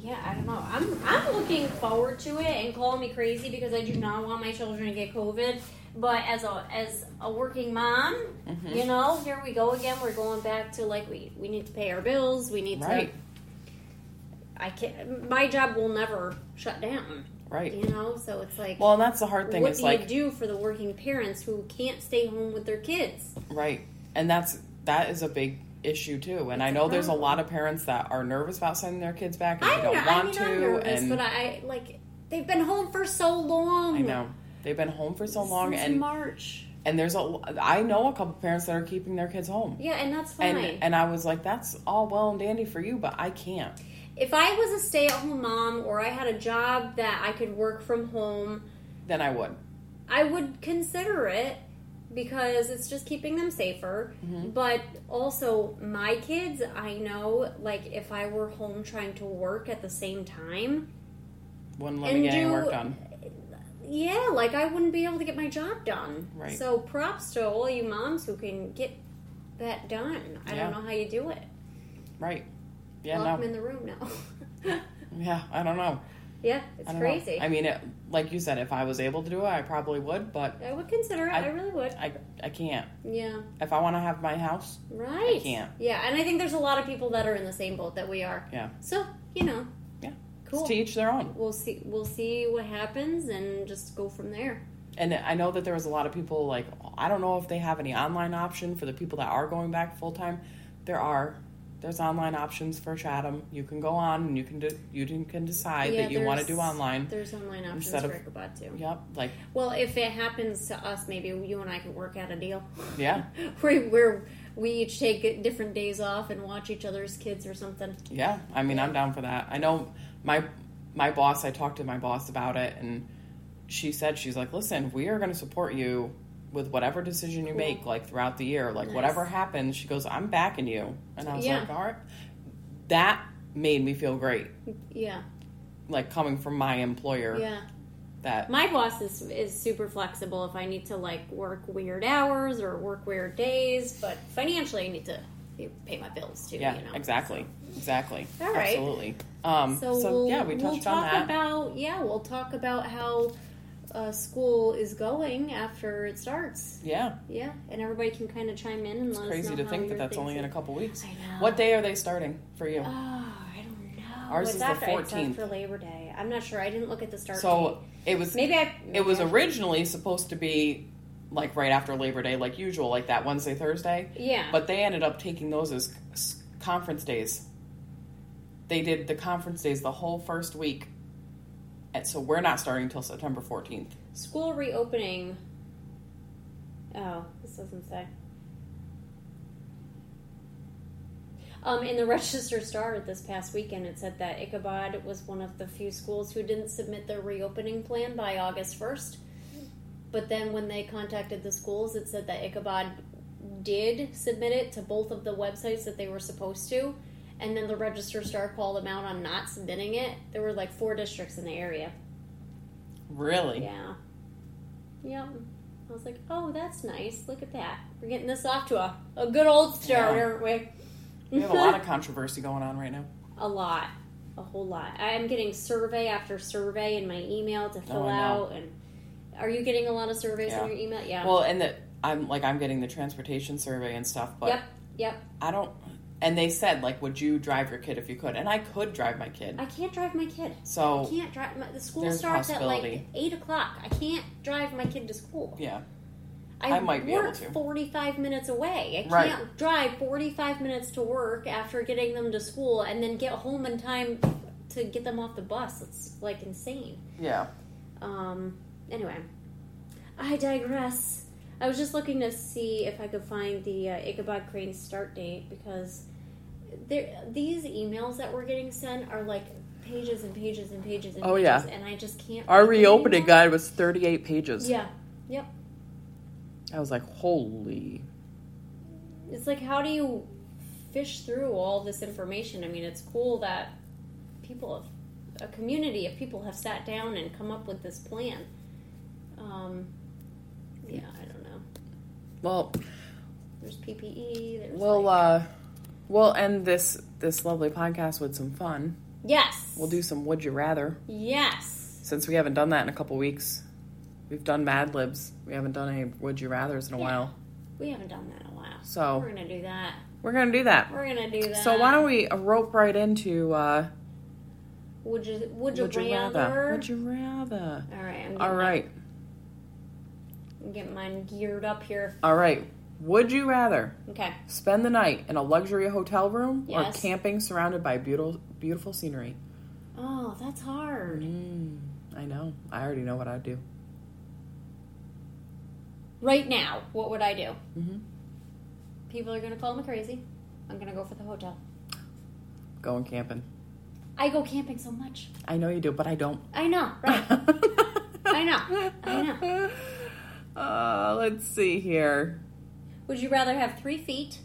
Speaker 2: yeah, I don't know. I'm I'm looking forward to it and call me crazy because I do not want my children to get COVID. But as a as a working mom,
Speaker 1: Mhm.
Speaker 2: you know, here we go again. We're going back to like we we need to pay our bills. We need
Speaker 1: Right.
Speaker 2: to. I can't. My job will never shut down.
Speaker 1: Right.
Speaker 2: You know, so it's like.
Speaker 1: Well, and that's the hard thing.
Speaker 2: what
Speaker 1: Is
Speaker 2: do
Speaker 1: like
Speaker 2: you do for the working parents who can't stay home with their kids?
Speaker 1: Right. And that's that is a big issue too. And I
Speaker 2: It's a
Speaker 1: know there's a
Speaker 2: problem.
Speaker 1: lot of parents that are nervous about sending their kids back and
Speaker 2: I
Speaker 1: they
Speaker 2: don't,
Speaker 1: don't
Speaker 2: know. I mean,
Speaker 1: want
Speaker 2: I'm
Speaker 1: to
Speaker 2: nervous,
Speaker 1: and
Speaker 2: but I like they've been home for so long.
Speaker 1: I know. They've been home for so long
Speaker 2: Since
Speaker 1: and
Speaker 2: March.
Speaker 1: And there's a I know a couple parents that are keeping their kids home.
Speaker 2: Yeah, and that's fine.
Speaker 1: And and I was like, that's all well and dandy for you, but I can't.
Speaker 2: if I was a stay at home mom or I had a job that I could work from home,
Speaker 1: Then I would.
Speaker 2: I would consider it because it's just keeping them safer.
Speaker 1: Mm-hmm.
Speaker 2: But also, my kids, I know, like, if I were home trying to work at the same time,
Speaker 1: Wouldn't let me
Speaker 2: And
Speaker 1: get any
Speaker 2: do-
Speaker 1: work done.
Speaker 2: yeah, like, I wouldn't be able to get my job done.
Speaker 1: Right.
Speaker 2: So, props to all you moms who can get that done. I
Speaker 1: Yeah.
Speaker 2: don't know how you do it.
Speaker 1: Right. Yeah,
Speaker 2: Lock
Speaker 1: no.
Speaker 2: them in the room now.
Speaker 1: Yeah, I don't know.
Speaker 2: yeah,
Speaker 1: I
Speaker 2: it's
Speaker 1: don't know.
Speaker 2: crazy.
Speaker 1: I mean, it, like you said, if I was able to do it, I probably would, but
Speaker 2: I would consider it.
Speaker 1: I-
Speaker 2: I, really would.
Speaker 1: I I can't.
Speaker 2: Yeah.
Speaker 1: If I want to have my house,
Speaker 2: Right.
Speaker 1: I can't.
Speaker 2: Yeah, and I think there's a lot of people that are in the same boat that we are.
Speaker 1: yeah,
Speaker 2: So you know,
Speaker 1: Yeah.
Speaker 2: cool.
Speaker 1: it's to each their own.
Speaker 2: We'll see. We'll see what happens, and just go from there.
Speaker 1: And I know that there was a lot of people like I don't know if they have any online option for the people that are going back full time. There are. There's online options for Chatham. You can go on and you can do, you can- can decide that you want to
Speaker 2: there's-
Speaker 1: do online.
Speaker 2: There's online options
Speaker 1: instead
Speaker 2: for
Speaker 1: of-
Speaker 2: Ichabod too.
Speaker 1: Yep, like
Speaker 2: Well, if it happens to us, maybe you and I could work out a deal
Speaker 1: yeah,
Speaker 2: where where we each take different days off and watch each other's kids or something.
Speaker 1: yeah. I mean, I'm down for that. I know my my boss. I talked to my boss about it, and she said she's like, "Listen, we are going to support you with whatever decision you make, like throughout the year, like
Speaker 2: Nice.
Speaker 1: whatever happens." She goes, "I'm backing you," and I was
Speaker 2: Yeah.
Speaker 1: like, "All right." That made me feel great.
Speaker 2: Yeah,
Speaker 1: like coming from my employer
Speaker 2: yeah.
Speaker 1: that
Speaker 2: My boss is is super flexible. If I need to like work weird hours or work weird days, but financially, I need to pay my bills too.
Speaker 1: yeah
Speaker 2: you know?
Speaker 1: exactly exactly
Speaker 2: All right.
Speaker 1: absolutely um
Speaker 2: So,
Speaker 1: so,
Speaker 2: we'll,
Speaker 1: yeah we touched
Speaker 2: we'll
Speaker 1: on
Speaker 2: talk
Speaker 1: that
Speaker 2: about yeah, we'll talk about how uh, school is going after it starts.
Speaker 1: yeah
Speaker 2: Yeah, and everybody can kind of chime in and let us
Speaker 1: crazy
Speaker 2: know
Speaker 1: to
Speaker 2: how
Speaker 1: think that
Speaker 2: your
Speaker 1: that's only in
Speaker 2: things
Speaker 1: a couple weeks
Speaker 2: are. I know.
Speaker 1: what day are they starting for you
Speaker 2: Oh, I don't know.
Speaker 1: Ours
Speaker 2: it's
Speaker 1: is the
Speaker 2: after, it's
Speaker 1: 14th.
Speaker 2: after Labor Day. I'm not sure. I didn't look at the start
Speaker 1: so it was
Speaker 2: date. Maybe I.
Speaker 1: it was
Speaker 2: maybe I-
Speaker 1: originally supposed to be like right after labor day like usual like that wednesday thursday
Speaker 2: Yeah.
Speaker 1: but they ended up taking those as s- conference days they did the conference days the whole first week and so we're not starting until september 14th
Speaker 2: School reopening. Oh, this doesn't say. Um, in the Register Star this past weekend, it said that Ichabod was one of the few schools who didn't submit their reopening plan by August 1st. But then when they contacted the schools, it said that Ichabod did submit it to both of the websites that they were supposed to. And then the Register Star called them out on not submitting it. There were like four districts in the area.
Speaker 1: really
Speaker 2: Yeah. Yep. I was like, oh, that's nice. Look at that. We're getting this off to a, a good old start,
Speaker 1: Yeah.
Speaker 2: aren't we?
Speaker 1: We have a lot of controversy going on right now.
Speaker 2: a lot. A whole lot. I'm getting survey after survey in my email to fill
Speaker 1: Oh, I know.
Speaker 2: out. And are you getting a lot of surveys
Speaker 1: Yeah.
Speaker 2: in your email? Yeah.
Speaker 1: Well, and the I'm like I'm getting the transportation survey and stuff, but
Speaker 2: yep. Yep.
Speaker 1: I don't. And they said like, would you drive your kid if you could? And I could drive my kid.
Speaker 2: I can't drive my kid. I
Speaker 1: So
Speaker 2: can't drive. My, the school
Speaker 1: oh, There's a
Speaker 2: starts at like
Speaker 1: possibility.
Speaker 2: eight o'clock. I can't drive my kid to school.
Speaker 1: yeah,
Speaker 2: I,
Speaker 1: I might be
Speaker 2: work
Speaker 1: able to.
Speaker 2: 45 minutes away. I
Speaker 1: Right.
Speaker 2: can't drive 45 minutes to work after getting them to school and then get home in time to get them off the bus. It's like insane.
Speaker 1: yeah.
Speaker 2: Um, anyway, I digress. I was just looking to see if I could find the uh, Ichabod Crane start date because there, these emails that we're getting sent are like pages and pages and pages and
Speaker 1: Oh,
Speaker 2: pages,
Speaker 1: yeah.
Speaker 2: and I just can't.
Speaker 1: Our
Speaker 2: find them
Speaker 1: reopening
Speaker 2: anymore.
Speaker 1: guide was 38 pages.
Speaker 2: Yeah. Yep.
Speaker 1: I was like, holy.
Speaker 2: It's like, how do you fish through all this information? I mean, it's cool that people have, a community of people have sat down and come up with this plan. Um, yeah, I don't know.
Speaker 1: Well,
Speaker 2: There's PPE. There's
Speaker 1: we'll
Speaker 2: like-
Speaker 1: uh, we'll end this this lovely podcast with some fun.
Speaker 2: yes,
Speaker 1: uh, We'll do some would you rather
Speaker 2: yes.
Speaker 1: since we haven't done that in a couple weeks. We've done Mad Libs. We haven't done any would you rather's in a
Speaker 2: Yeah.
Speaker 1: while.
Speaker 2: We haven't done that in a while.
Speaker 1: So-
Speaker 2: we're gonna do that.
Speaker 1: We're gonna do that.
Speaker 2: We're gonna do that.
Speaker 1: Oh. So why don't we rope right into uh,
Speaker 2: Would you? Would you
Speaker 1: would you rather?
Speaker 2: rather?
Speaker 1: Would you rather?
Speaker 2: All right. I'm getting,
Speaker 1: All right,
Speaker 2: I'm getting mine geared up here.
Speaker 1: all right. Would you rather
Speaker 2: Okay.
Speaker 1: spend the night in a luxury hotel room or
Speaker 2: Yes.
Speaker 1: camping surrounded by beautiful beautiful scenery?
Speaker 2: Oh, that's hard.
Speaker 1: Mm, I know. I already know what I'd do.
Speaker 2: right now, what would I do?
Speaker 1: Mm-hmm.
Speaker 2: People are going to call me crazy. I'm going to go for the hotel.
Speaker 1: Going camping.
Speaker 2: I go camping so much.
Speaker 1: I know you do, but I don't.
Speaker 2: I know, right?
Speaker 1: I
Speaker 2: know. I know.
Speaker 1: Uh, let's see here.
Speaker 2: Would you rather have three feet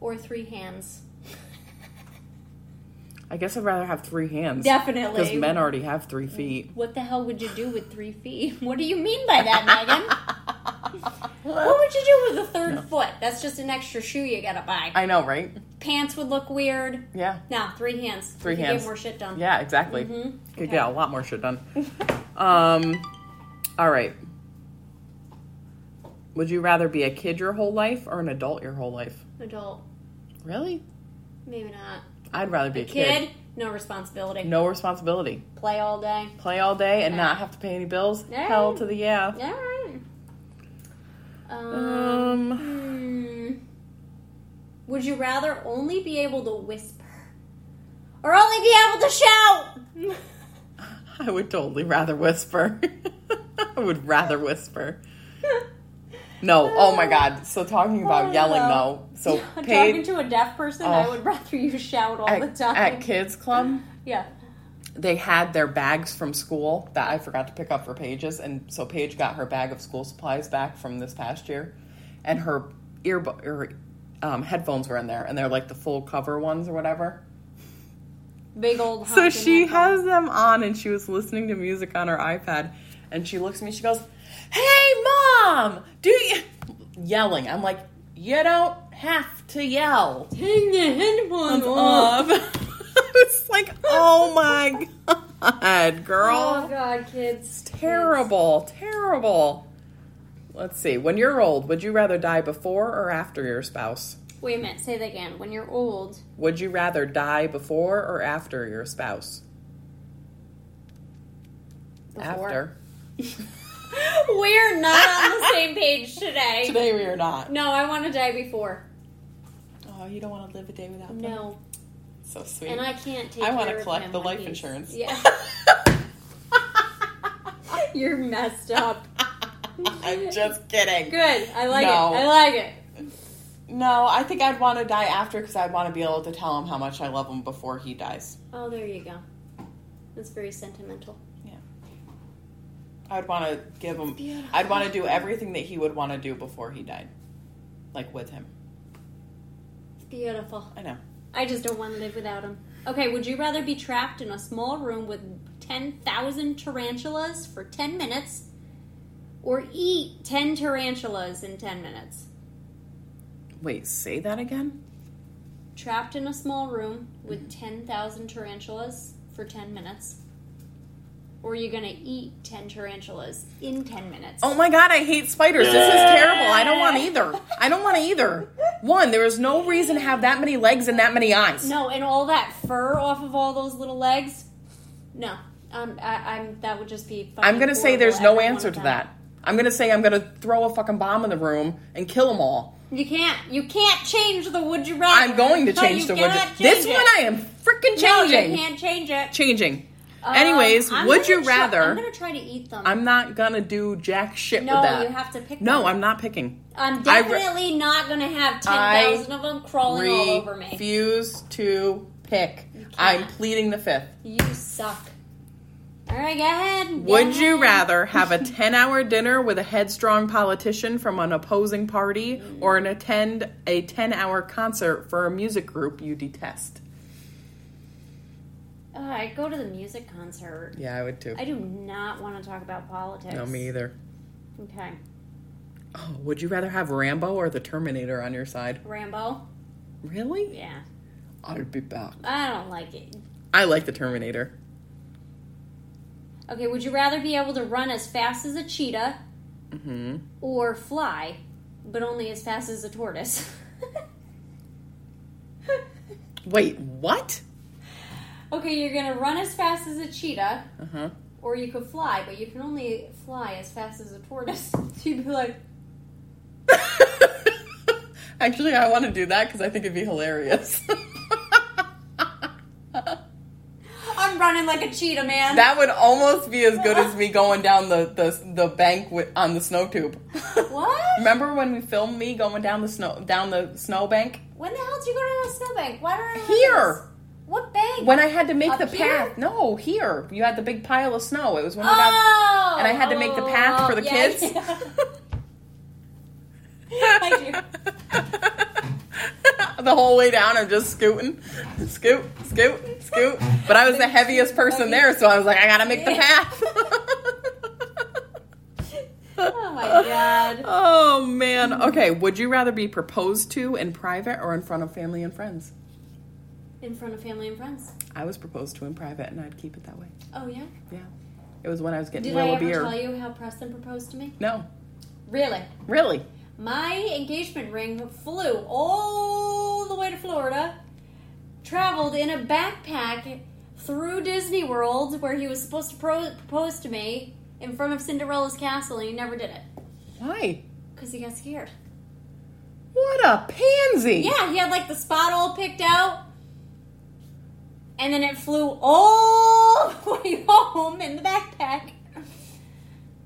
Speaker 2: or three hands?
Speaker 1: I guess I'd rather have three hands.
Speaker 2: Definitely.
Speaker 1: Because men already have three feet.
Speaker 2: What the hell would you do with three feet? What do you mean by that, Megan? what would you do with a third foot? That's just an extra shoe you gotta buy.
Speaker 1: I know, right?
Speaker 2: Pants would look weird.
Speaker 1: Yeah.
Speaker 2: No, three hands.
Speaker 1: Three
Speaker 2: You could
Speaker 1: hands.
Speaker 2: Get more shit done.
Speaker 1: Yeah, exactly.
Speaker 2: Mhm.
Speaker 1: Could
Speaker 2: Okay.
Speaker 1: get a lot more shit done. um, all right. Would you rather be a kid your whole life or an adult your whole life?
Speaker 2: Adult,
Speaker 1: Really?
Speaker 2: maybe not.
Speaker 1: I'd rather be a,
Speaker 2: A kid, no responsibility.
Speaker 1: No responsibility.
Speaker 2: Play all day.
Speaker 1: Play all day and not
Speaker 2: Yeah.
Speaker 1: have to pay any bills.
Speaker 2: Yeah.
Speaker 1: Hell to the yeah.
Speaker 2: All right. Um.
Speaker 1: Um,
Speaker 2: hmm. Would you rather only be able to whisper or only be able to shout?
Speaker 1: I would totally rather whisper. I would rather whisper. No, oh my god. So talking about yelling though. So
Speaker 2: Oh, talking
Speaker 1: paid
Speaker 2: to a deaf person, I
Speaker 1: Oh.
Speaker 2: would rather you shout all the
Speaker 1: at,
Speaker 2: time.
Speaker 1: at kids club,
Speaker 2: yeah.
Speaker 1: they had their bags from school that I forgot to pick up for Paige's and so Paige got her bag of school supplies back from this past year and her ear her um, headphones were in there and they're like the full cover ones or whatever.
Speaker 2: Big old
Speaker 1: So
Speaker 2: honking
Speaker 1: she
Speaker 2: headphones.
Speaker 1: has them on and she was listening to music on her iPad and she looks at me, she goes, Hey mom, do you yelling. I'm like, You don't have to yell.
Speaker 2: Hang the headphones
Speaker 1: Up. it's like, oh my god,
Speaker 2: Oh
Speaker 1: girl.
Speaker 2: god, kids.
Speaker 1: Terrible, terrible. Let's see. When you're old, would you rather die before or after your spouse?
Speaker 2: Kids. Wait a minute, say that again. When you're old,
Speaker 1: Would you rather die before or after your spouse?
Speaker 2: before.
Speaker 1: After.
Speaker 2: We're not on the same page today.
Speaker 1: Today we are not.
Speaker 2: No, I want to die before.
Speaker 1: Oh, you don't want to live a day without them.
Speaker 2: No,
Speaker 1: So sweet.
Speaker 2: and I can't take.
Speaker 1: I want
Speaker 2: care
Speaker 1: to
Speaker 2: of
Speaker 1: collect
Speaker 2: him
Speaker 1: the
Speaker 2: when
Speaker 1: life
Speaker 2: he's-
Speaker 1: insurance.
Speaker 2: Yeah, you're messed up.
Speaker 1: I'm just kidding.
Speaker 2: Good, I like
Speaker 1: No.
Speaker 2: it. I like it.
Speaker 1: No, I think I'd want to die after because I'd want to be able to tell him how much I love him before he dies.
Speaker 2: Oh, there you go. That's very sentimental.
Speaker 1: I'd want to give him. I'd want to do everything that he would want to do before he died, like with him.
Speaker 2: It's beautiful.
Speaker 1: I know.
Speaker 2: I just don't want to live without him. Okay, would you rather be trapped in a small room with ten thousand tarantulas for ten minutes, or eat ten tarantulas in ten minutes?
Speaker 1: Wait, say that again.
Speaker 2: trapped in a small room with
Speaker 1: Mm-hmm.
Speaker 2: 10,000 tarantulas for 10 minutes? Or are you going to eat 10 tarantulas in 10 minutes?
Speaker 1: Oh my god, I hate spiders. This is terrible. I don't want either. I don't want either. One, there is no reason to have that many legs and that many eyes.
Speaker 2: No, and all that fur off of all those little legs? No. Um, I, I'm, that would just be fucking
Speaker 1: I'm gonna say
Speaker 2: horrible.
Speaker 1: there's no
Speaker 2: Everyone
Speaker 1: answer to
Speaker 2: died.
Speaker 1: that. I'm gonna say I'm gonna throw a fucking bomb in the room and kill them all.
Speaker 2: You can't. You can't change the would you rather.
Speaker 1: I'm going to
Speaker 2: No,
Speaker 1: change
Speaker 2: you
Speaker 1: the word.
Speaker 2: cannot change
Speaker 1: This
Speaker 2: it.
Speaker 1: one I am freaking
Speaker 2: No, you
Speaker 1: changing.
Speaker 2: can't change it.
Speaker 1: changing.
Speaker 2: Um,
Speaker 1: Anyways,
Speaker 2: I'm
Speaker 1: would
Speaker 2: gonna
Speaker 1: you
Speaker 2: try-
Speaker 1: rather?
Speaker 2: I'm going to try to eat them.
Speaker 1: I'm not gonna do jack shit
Speaker 2: no,
Speaker 1: with that.
Speaker 2: you have to pick
Speaker 1: no,
Speaker 2: them.
Speaker 1: I'm not picking.
Speaker 2: I'm
Speaker 1: I re-
Speaker 2: definitely not going to have 10,000 of them crawling all over me.
Speaker 1: Refuse to pick. I'm pleading the fifth.
Speaker 2: You suck. All right, go ahead. Go
Speaker 1: Would you
Speaker 2: ahead.
Speaker 1: rather have a 10 hour dinner with a headstrong politician from an opposing party
Speaker 2: Mm.
Speaker 1: or an attend a 10 hour concert for a music group you detest?
Speaker 2: Oh, I go to the music concert.
Speaker 1: Yeah, I would too.
Speaker 2: I do not want to talk about politics.
Speaker 1: No, me either.
Speaker 2: Okay.
Speaker 1: Oh, would you rather have Rambo or the Terminator on your side?
Speaker 2: Rambo?
Speaker 1: Really?
Speaker 2: Yeah.
Speaker 1: I'd be back.
Speaker 2: I don't like it.
Speaker 1: I like the Terminator.
Speaker 2: Okay, would you rather be able to run as fast as a cheetah
Speaker 1: hmm
Speaker 2: or fly, but only as fast as a tortoise?
Speaker 1: Wait, what?
Speaker 2: okay, you're going to run as fast as a cheetah.
Speaker 1: Uh huh.
Speaker 2: Or you could fly, but you can only fly as fast as a tortoise. You'd be like,
Speaker 1: Actually, I want to do that because I think it'd be hilarious.
Speaker 2: I'm running like a cheetah, man.
Speaker 1: That would almost be as good as me going down the the, the bank with, on the snow tube.
Speaker 2: what?
Speaker 1: Remember when we filmed me going down the snow down the snow bank?
Speaker 2: When the hell did you go to a snowbank? Why don't I remember
Speaker 1: Here.
Speaker 2: this? What bank?
Speaker 1: When I had to make
Speaker 2: Up
Speaker 1: the
Speaker 2: here?
Speaker 1: path. No, here. You had the big pile of snow. It was when we got
Speaker 2: oh,
Speaker 1: and I had to make the path for the
Speaker 2: yeah,
Speaker 1: kids.
Speaker 2: yeah. I
Speaker 1: the whole way down, I'm just scooting, scoot, scoot, scoot. But I was the heaviest person there, so I was like, I gotta make the path.
Speaker 2: Oh my God.
Speaker 1: Oh man. Okay. Would you rather be proposed to in private or in front of family and friends?
Speaker 2: do. In front of family and friends.
Speaker 1: I was proposed to in private, and I'd keep it that way.
Speaker 2: Oh yeah.
Speaker 1: Yeah. It was when I was
Speaker 2: Did
Speaker 1: getting a little
Speaker 2: I ever
Speaker 1: beer.
Speaker 2: tell you how Preston proposed to me?
Speaker 1: No,
Speaker 2: Really?
Speaker 1: really.
Speaker 2: My engagement ring flew all the way to Florida, traveled in a backpack through Disney World, where he was supposed to pro- propose to me in front of Cinderella's castle, and he never did it
Speaker 1: Why?
Speaker 2: because he got scared.
Speaker 1: What a pansy.
Speaker 2: Yeah, he had like the spot all picked out, and then it flew all the way home in the backpack.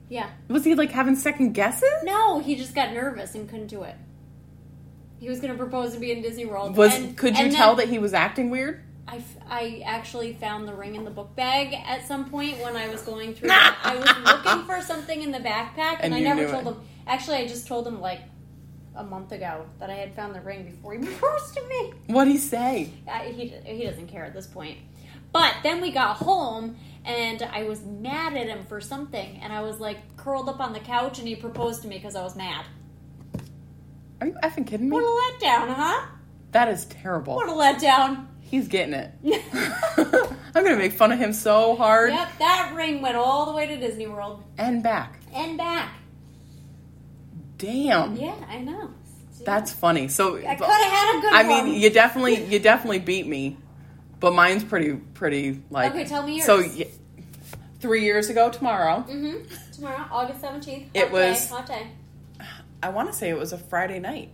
Speaker 2: Yeah.
Speaker 1: Was he like having second guesses?
Speaker 2: No, he just got nervous and couldn't do it. He was going to propose to be in Disney World.
Speaker 1: Was
Speaker 2: and-
Speaker 1: could you
Speaker 2: and
Speaker 1: tell
Speaker 2: then
Speaker 1: that he was acting weird?
Speaker 2: I, f- I actually found the ring in the book bag at some point when I was going through. I was looking for something in the backpack, and,
Speaker 1: And
Speaker 2: I
Speaker 1: you
Speaker 2: never
Speaker 1: knew
Speaker 2: told
Speaker 1: it.
Speaker 2: him. Actually, I just told him like a month ago that I had found the ring before he proposed to me.
Speaker 1: What'd he say?
Speaker 2: Uh, he he doesn't care at this point. But then we got home and I was mad at him for something, and I was like curled up on the couch, and he proposed to me because I was mad.
Speaker 1: Are you effing kidding me?
Speaker 2: What a letdown, huh?
Speaker 1: That is terrible.
Speaker 2: What a letdown.
Speaker 1: He's getting it.
Speaker 2: yep,
Speaker 1: I'm gonna make fun of him so hard
Speaker 2: that ring went all the way to Disney World
Speaker 1: and back.
Speaker 2: and back.
Speaker 1: Damn.
Speaker 2: Yeah, I know.
Speaker 1: That's funny. So
Speaker 2: I could have had a good
Speaker 1: I
Speaker 2: one.
Speaker 1: mean, you definitely you definitely beat me, but mine's pretty pretty like.
Speaker 2: Okay, tell me
Speaker 1: So
Speaker 2: yours.
Speaker 1: y- three years ago tomorrow,
Speaker 2: hmm Tomorrow, August seventeenth.
Speaker 1: It was-
Speaker 2: hot day.
Speaker 1: I want to say it was a Friday night.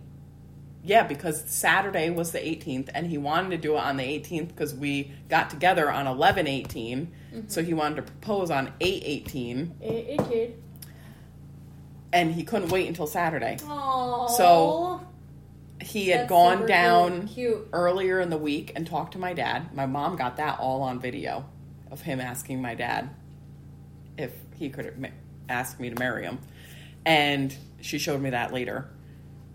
Speaker 1: Yeah, because Saturday was the 18th, and he wanted to do it on the 18th because we got together on 11 18. So he wanted to propose on 8 18,
Speaker 2: It, it did.
Speaker 1: and he couldn't wait until Saturday.
Speaker 2: Oh.
Speaker 1: So, He had gone down
Speaker 2: Cute.
Speaker 1: earlier in the week and talked to my dad. My mom got that all on video of him asking my dad if he could ma- ask me to marry him. And she showed me that later.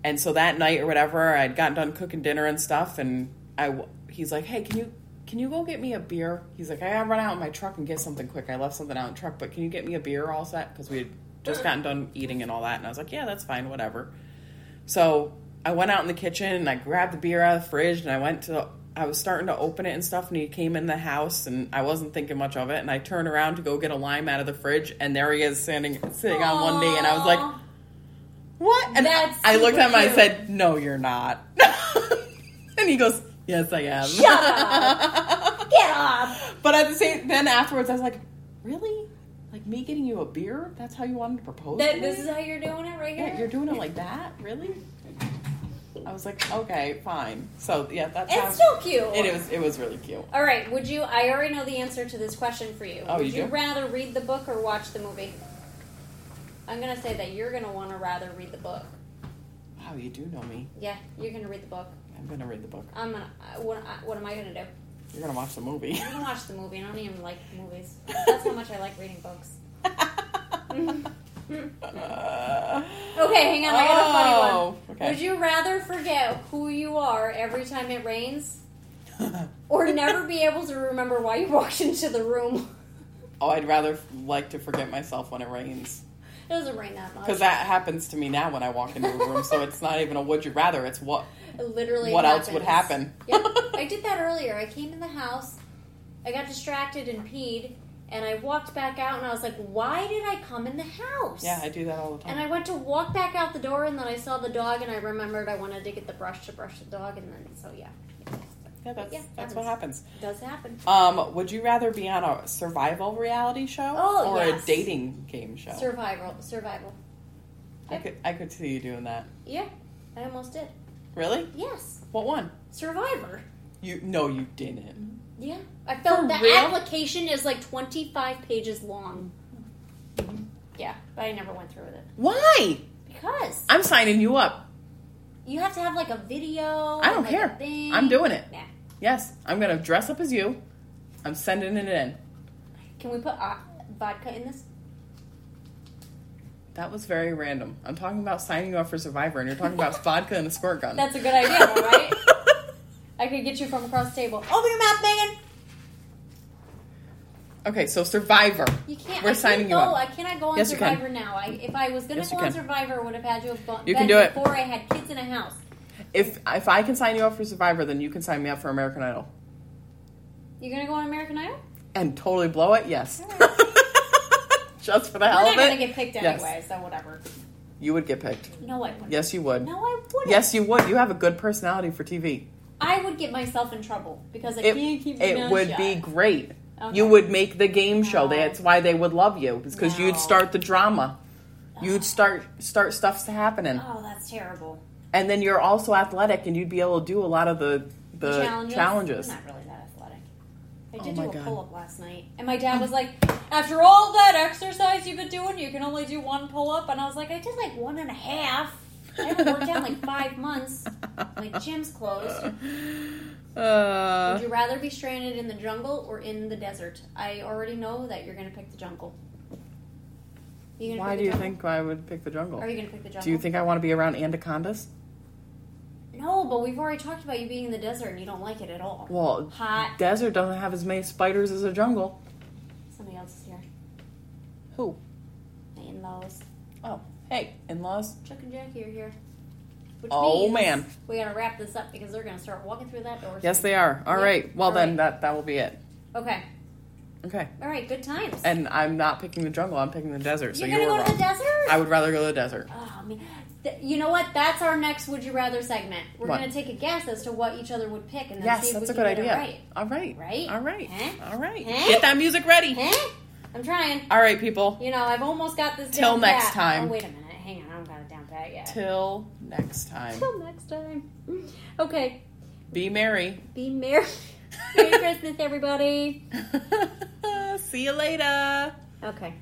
Speaker 1: And so that night or whatever, I'd gotten done cooking dinner and stuff and I w- he's like, "Hey, can you can you go get me a beer?" He's like, "I got to run out in my truck and get something quick. I left something out in the truck, but can you get me a beer all set because we had just gotten done eating and all that." And I was like, "Yeah, that's fine, whatever." So I went out in the kitchen and I grabbed the beer out of the fridge and I went to the, I was starting to open it and stuff and he came in the house and I wasn't thinking much of it and I turned around to go get a lime out of the fridge and there he is standing sitting on one knee and I was like,
Speaker 2: Aw.
Speaker 1: What? And
Speaker 2: That's
Speaker 1: I looked at him and I
Speaker 2: super cute.
Speaker 1: said, No, you're not. and he goes, Yes, I am.
Speaker 2: Shut up. Get off!
Speaker 1: But at the same then afterwards I was like, Really? Like me getting you a beer? That's how you wanted to propose? to
Speaker 2: That,
Speaker 1: me?
Speaker 2: this is how you're doing it right here.
Speaker 1: Yeah, you're doing it like that? Really? I was like, okay, fine. So yeah, that's how
Speaker 2: It's still cute.
Speaker 1: it was it was really cute.
Speaker 2: All right. Would you? I already know the answer to this question for you.
Speaker 1: Oh,
Speaker 2: would
Speaker 1: you do?
Speaker 2: rather read the book or watch the movie? I'm gonna say that you're gonna want to rather read the book.
Speaker 1: Wow, you do know me.
Speaker 2: Yeah, you're gonna read the book.
Speaker 1: I'm gonna read the book.
Speaker 2: I'm gonna. I- What, I- what am I gonna do?
Speaker 1: You're gonna watch the movie.
Speaker 2: I'm gonna watch the movie. and I don't even like movies. That's how much I like reading books. Okay, hang on. I got a funny one.
Speaker 1: Oh, okay.
Speaker 2: Would you rather forget who you are every time it rains, or never be able to remember why you walked into the room?
Speaker 1: oh, I'd rather like to forget myself when it rains
Speaker 2: It doesn't rain that much.
Speaker 1: because that happens to me now when I walk into a room. so it's not even a would you rather. It's what
Speaker 2: It literally
Speaker 1: what else would
Speaker 2: happens.
Speaker 1: happen.
Speaker 2: Yep, I did that earlier. I came in the house, I got distracted and peed, and I walked back out and I was like, why did I come in the house?
Speaker 1: yeah, I do that all the time.
Speaker 2: and I went to walk back out the door and then I saw the dog and I remembered I wanted to get the brush to brush the dog and then so yeah.
Speaker 1: yeah, that's
Speaker 2: yeah,
Speaker 1: that's what happens.
Speaker 2: It does happen.
Speaker 1: Um, would you rather be on a survival reality show
Speaker 2: Oh,
Speaker 1: or
Speaker 2: yes.
Speaker 1: a dating game show?
Speaker 2: Survival survival.
Speaker 1: I could I could see you doing that.
Speaker 2: Yeah. I almost did.
Speaker 1: Really?
Speaker 2: Yes.
Speaker 1: What one?
Speaker 2: Survivor.
Speaker 1: You no, you didn't.
Speaker 2: Yeah, I felt
Speaker 3: For
Speaker 2: the
Speaker 3: real?
Speaker 2: application is like twenty five pages long. Mm-hmm. Yeah, but I never went through with it
Speaker 1: Why?
Speaker 2: because
Speaker 1: I'm signing you up.
Speaker 2: you have to have like a video.
Speaker 1: I don't
Speaker 2: and, like,
Speaker 1: care.
Speaker 2: a thing.
Speaker 1: I'm doing it.
Speaker 2: Nah.
Speaker 1: Yes, I'm gonna dress up as you. I'm sending it in.
Speaker 2: Can we put uh, vodka in this?
Speaker 1: That was very random. I'm talking about signing you up for Survivor, and you're talking about vodka and a squirt gun.
Speaker 2: That's a good idea, all right? I could get you from across the table. Open your mouth, Megan.
Speaker 1: okay, so Survivor.
Speaker 2: You can't.
Speaker 1: We're
Speaker 2: I
Speaker 1: signing
Speaker 2: can't
Speaker 1: you
Speaker 2: go.
Speaker 1: up.
Speaker 2: I cannot go on
Speaker 1: Yes, you can.
Speaker 2: Survivor now. I, if I was going to
Speaker 1: Yes, you
Speaker 2: go on
Speaker 1: can.
Speaker 2: Survivor, I would have had you have gone.
Speaker 1: You can
Speaker 2: been
Speaker 1: do it.
Speaker 2: before I had kids in a house.
Speaker 1: If if I can sign you up for Survivor, then you can sign me up for American Idol.
Speaker 2: You're going to go on American Idol?
Speaker 1: And totally blow it, yes. Just for the
Speaker 2: We're
Speaker 1: hell
Speaker 2: not
Speaker 1: of
Speaker 2: going
Speaker 1: it.
Speaker 2: to get picked
Speaker 1: Yes.
Speaker 2: anyway, so whatever.
Speaker 1: You would get picked.
Speaker 2: No, I wouldn't.
Speaker 1: Yes, you would.
Speaker 2: No, I wouldn't.
Speaker 1: Yes, you would. You have a good personality for TV.
Speaker 2: I would get myself in trouble because I
Speaker 1: It,
Speaker 2: can't keep my
Speaker 1: it
Speaker 2: mouth
Speaker 1: would
Speaker 2: shut.
Speaker 1: be great.
Speaker 2: Okay.
Speaker 1: You would make the game show.
Speaker 2: No.
Speaker 1: That's why they would love you. Because
Speaker 2: No.
Speaker 1: you'd start the drama. You'd start start stuff's happening.
Speaker 2: Oh, that's terrible.
Speaker 1: And then you're also athletic and you'd be able to do a lot of the the,
Speaker 2: challenges.
Speaker 1: challenges.
Speaker 2: I'm not really that athletic. I
Speaker 1: Oh
Speaker 2: did
Speaker 1: my
Speaker 2: do a
Speaker 1: God.
Speaker 2: pull up last night, and my dad was like, "After all that exercise you've been doing, you can only do one pull up." And I was like, "I did like one and a half. I haven't worked out in like five months. My gym's closed.
Speaker 1: Uh-huh.
Speaker 2: Would
Speaker 1: Uh,
Speaker 2: you rather be stranded in the jungle or in the desert? I already know that you're gonna pick the jungle. You gonna
Speaker 1: why
Speaker 2: pick
Speaker 1: do
Speaker 2: the
Speaker 1: you
Speaker 2: jungle?
Speaker 1: think I would pick the jungle?
Speaker 2: Are you gonna pick the jungle?
Speaker 1: Do you think I want to be around anacondas?
Speaker 2: No, but we've already talked about you being in the desert and you don't like it at all.
Speaker 1: Well,
Speaker 2: Hot.
Speaker 1: desert doesn't have as many spiders as a jungle.
Speaker 2: Somebody else is here.
Speaker 1: Who?
Speaker 2: My in-laws.
Speaker 1: Oh, hey, in-laws.
Speaker 2: Chuck and Jackie are here. Which
Speaker 1: Oh,
Speaker 2: means
Speaker 1: man.
Speaker 2: we gotta wrap this up because they're gonna start walking through that door.
Speaker 1: Yes, they are. All
Speaker 2: Yeah.
Speaker 1: right. Well,
Speaker 2: All
Speaker 1: then
Speaker 2: right.
Speaker 1: that that will be it.
Speaker 2: Okay.
Speaker 1: Okay.
Speaker 2: All right. Good times.
Speaker 1: And I'm not picking the jungle. I'm picking the desert. So
Speaker 2: You're
Speaker 1: you
Speaker 2: gonna
Speaker 1: were
Speaker 2: go to the
Speaker 1: wrong.
Speaker 2: desert.
Speaker 1: I would rather go to the desert.
Speaker 2: oh man. Th- you know what? That's our next Would You Rather segment. We're
Speaker 1: What?
Speaker 2: gonna take a guess as to what each other would pick and then see
Speaker 1: Yes,
Speaker 2: if
Speaker 1: that's
Speaker 2: we
Speaker 1: a
Speaker 2: can
Speaker 1: good
Speaker 2: get
Speaker 1: idea.
Speaker 2: it right.
Speaker 1: All right.
Speaker 2: Right?
Speaker 1: All right.
Speaker 2: Huh?
Speaker 1: All right.
Speaker 2: Huh?
Speaker 1: Get that music ready.
Speaker 2: Huh? I'm trying.
Speaker 1: All right, people.
Speaker 2: You know, I've almost got this.
Speaker 1: Till
Speaker 2: down
Speaker 1: next
Speaker 2: pat.
Speaker 1: time.
Speaker 2: Oh, wait a minute. Hang on. I don't got it down pat yet.
Speaker 1: Till next time.
Speaker 2: Till next time. Okay.
Speaker 1: Be merry.
Speaker 2: Be merry. Merry Christmas, everybody.
Speaker 1: See you later.
Speaker 2: Okay.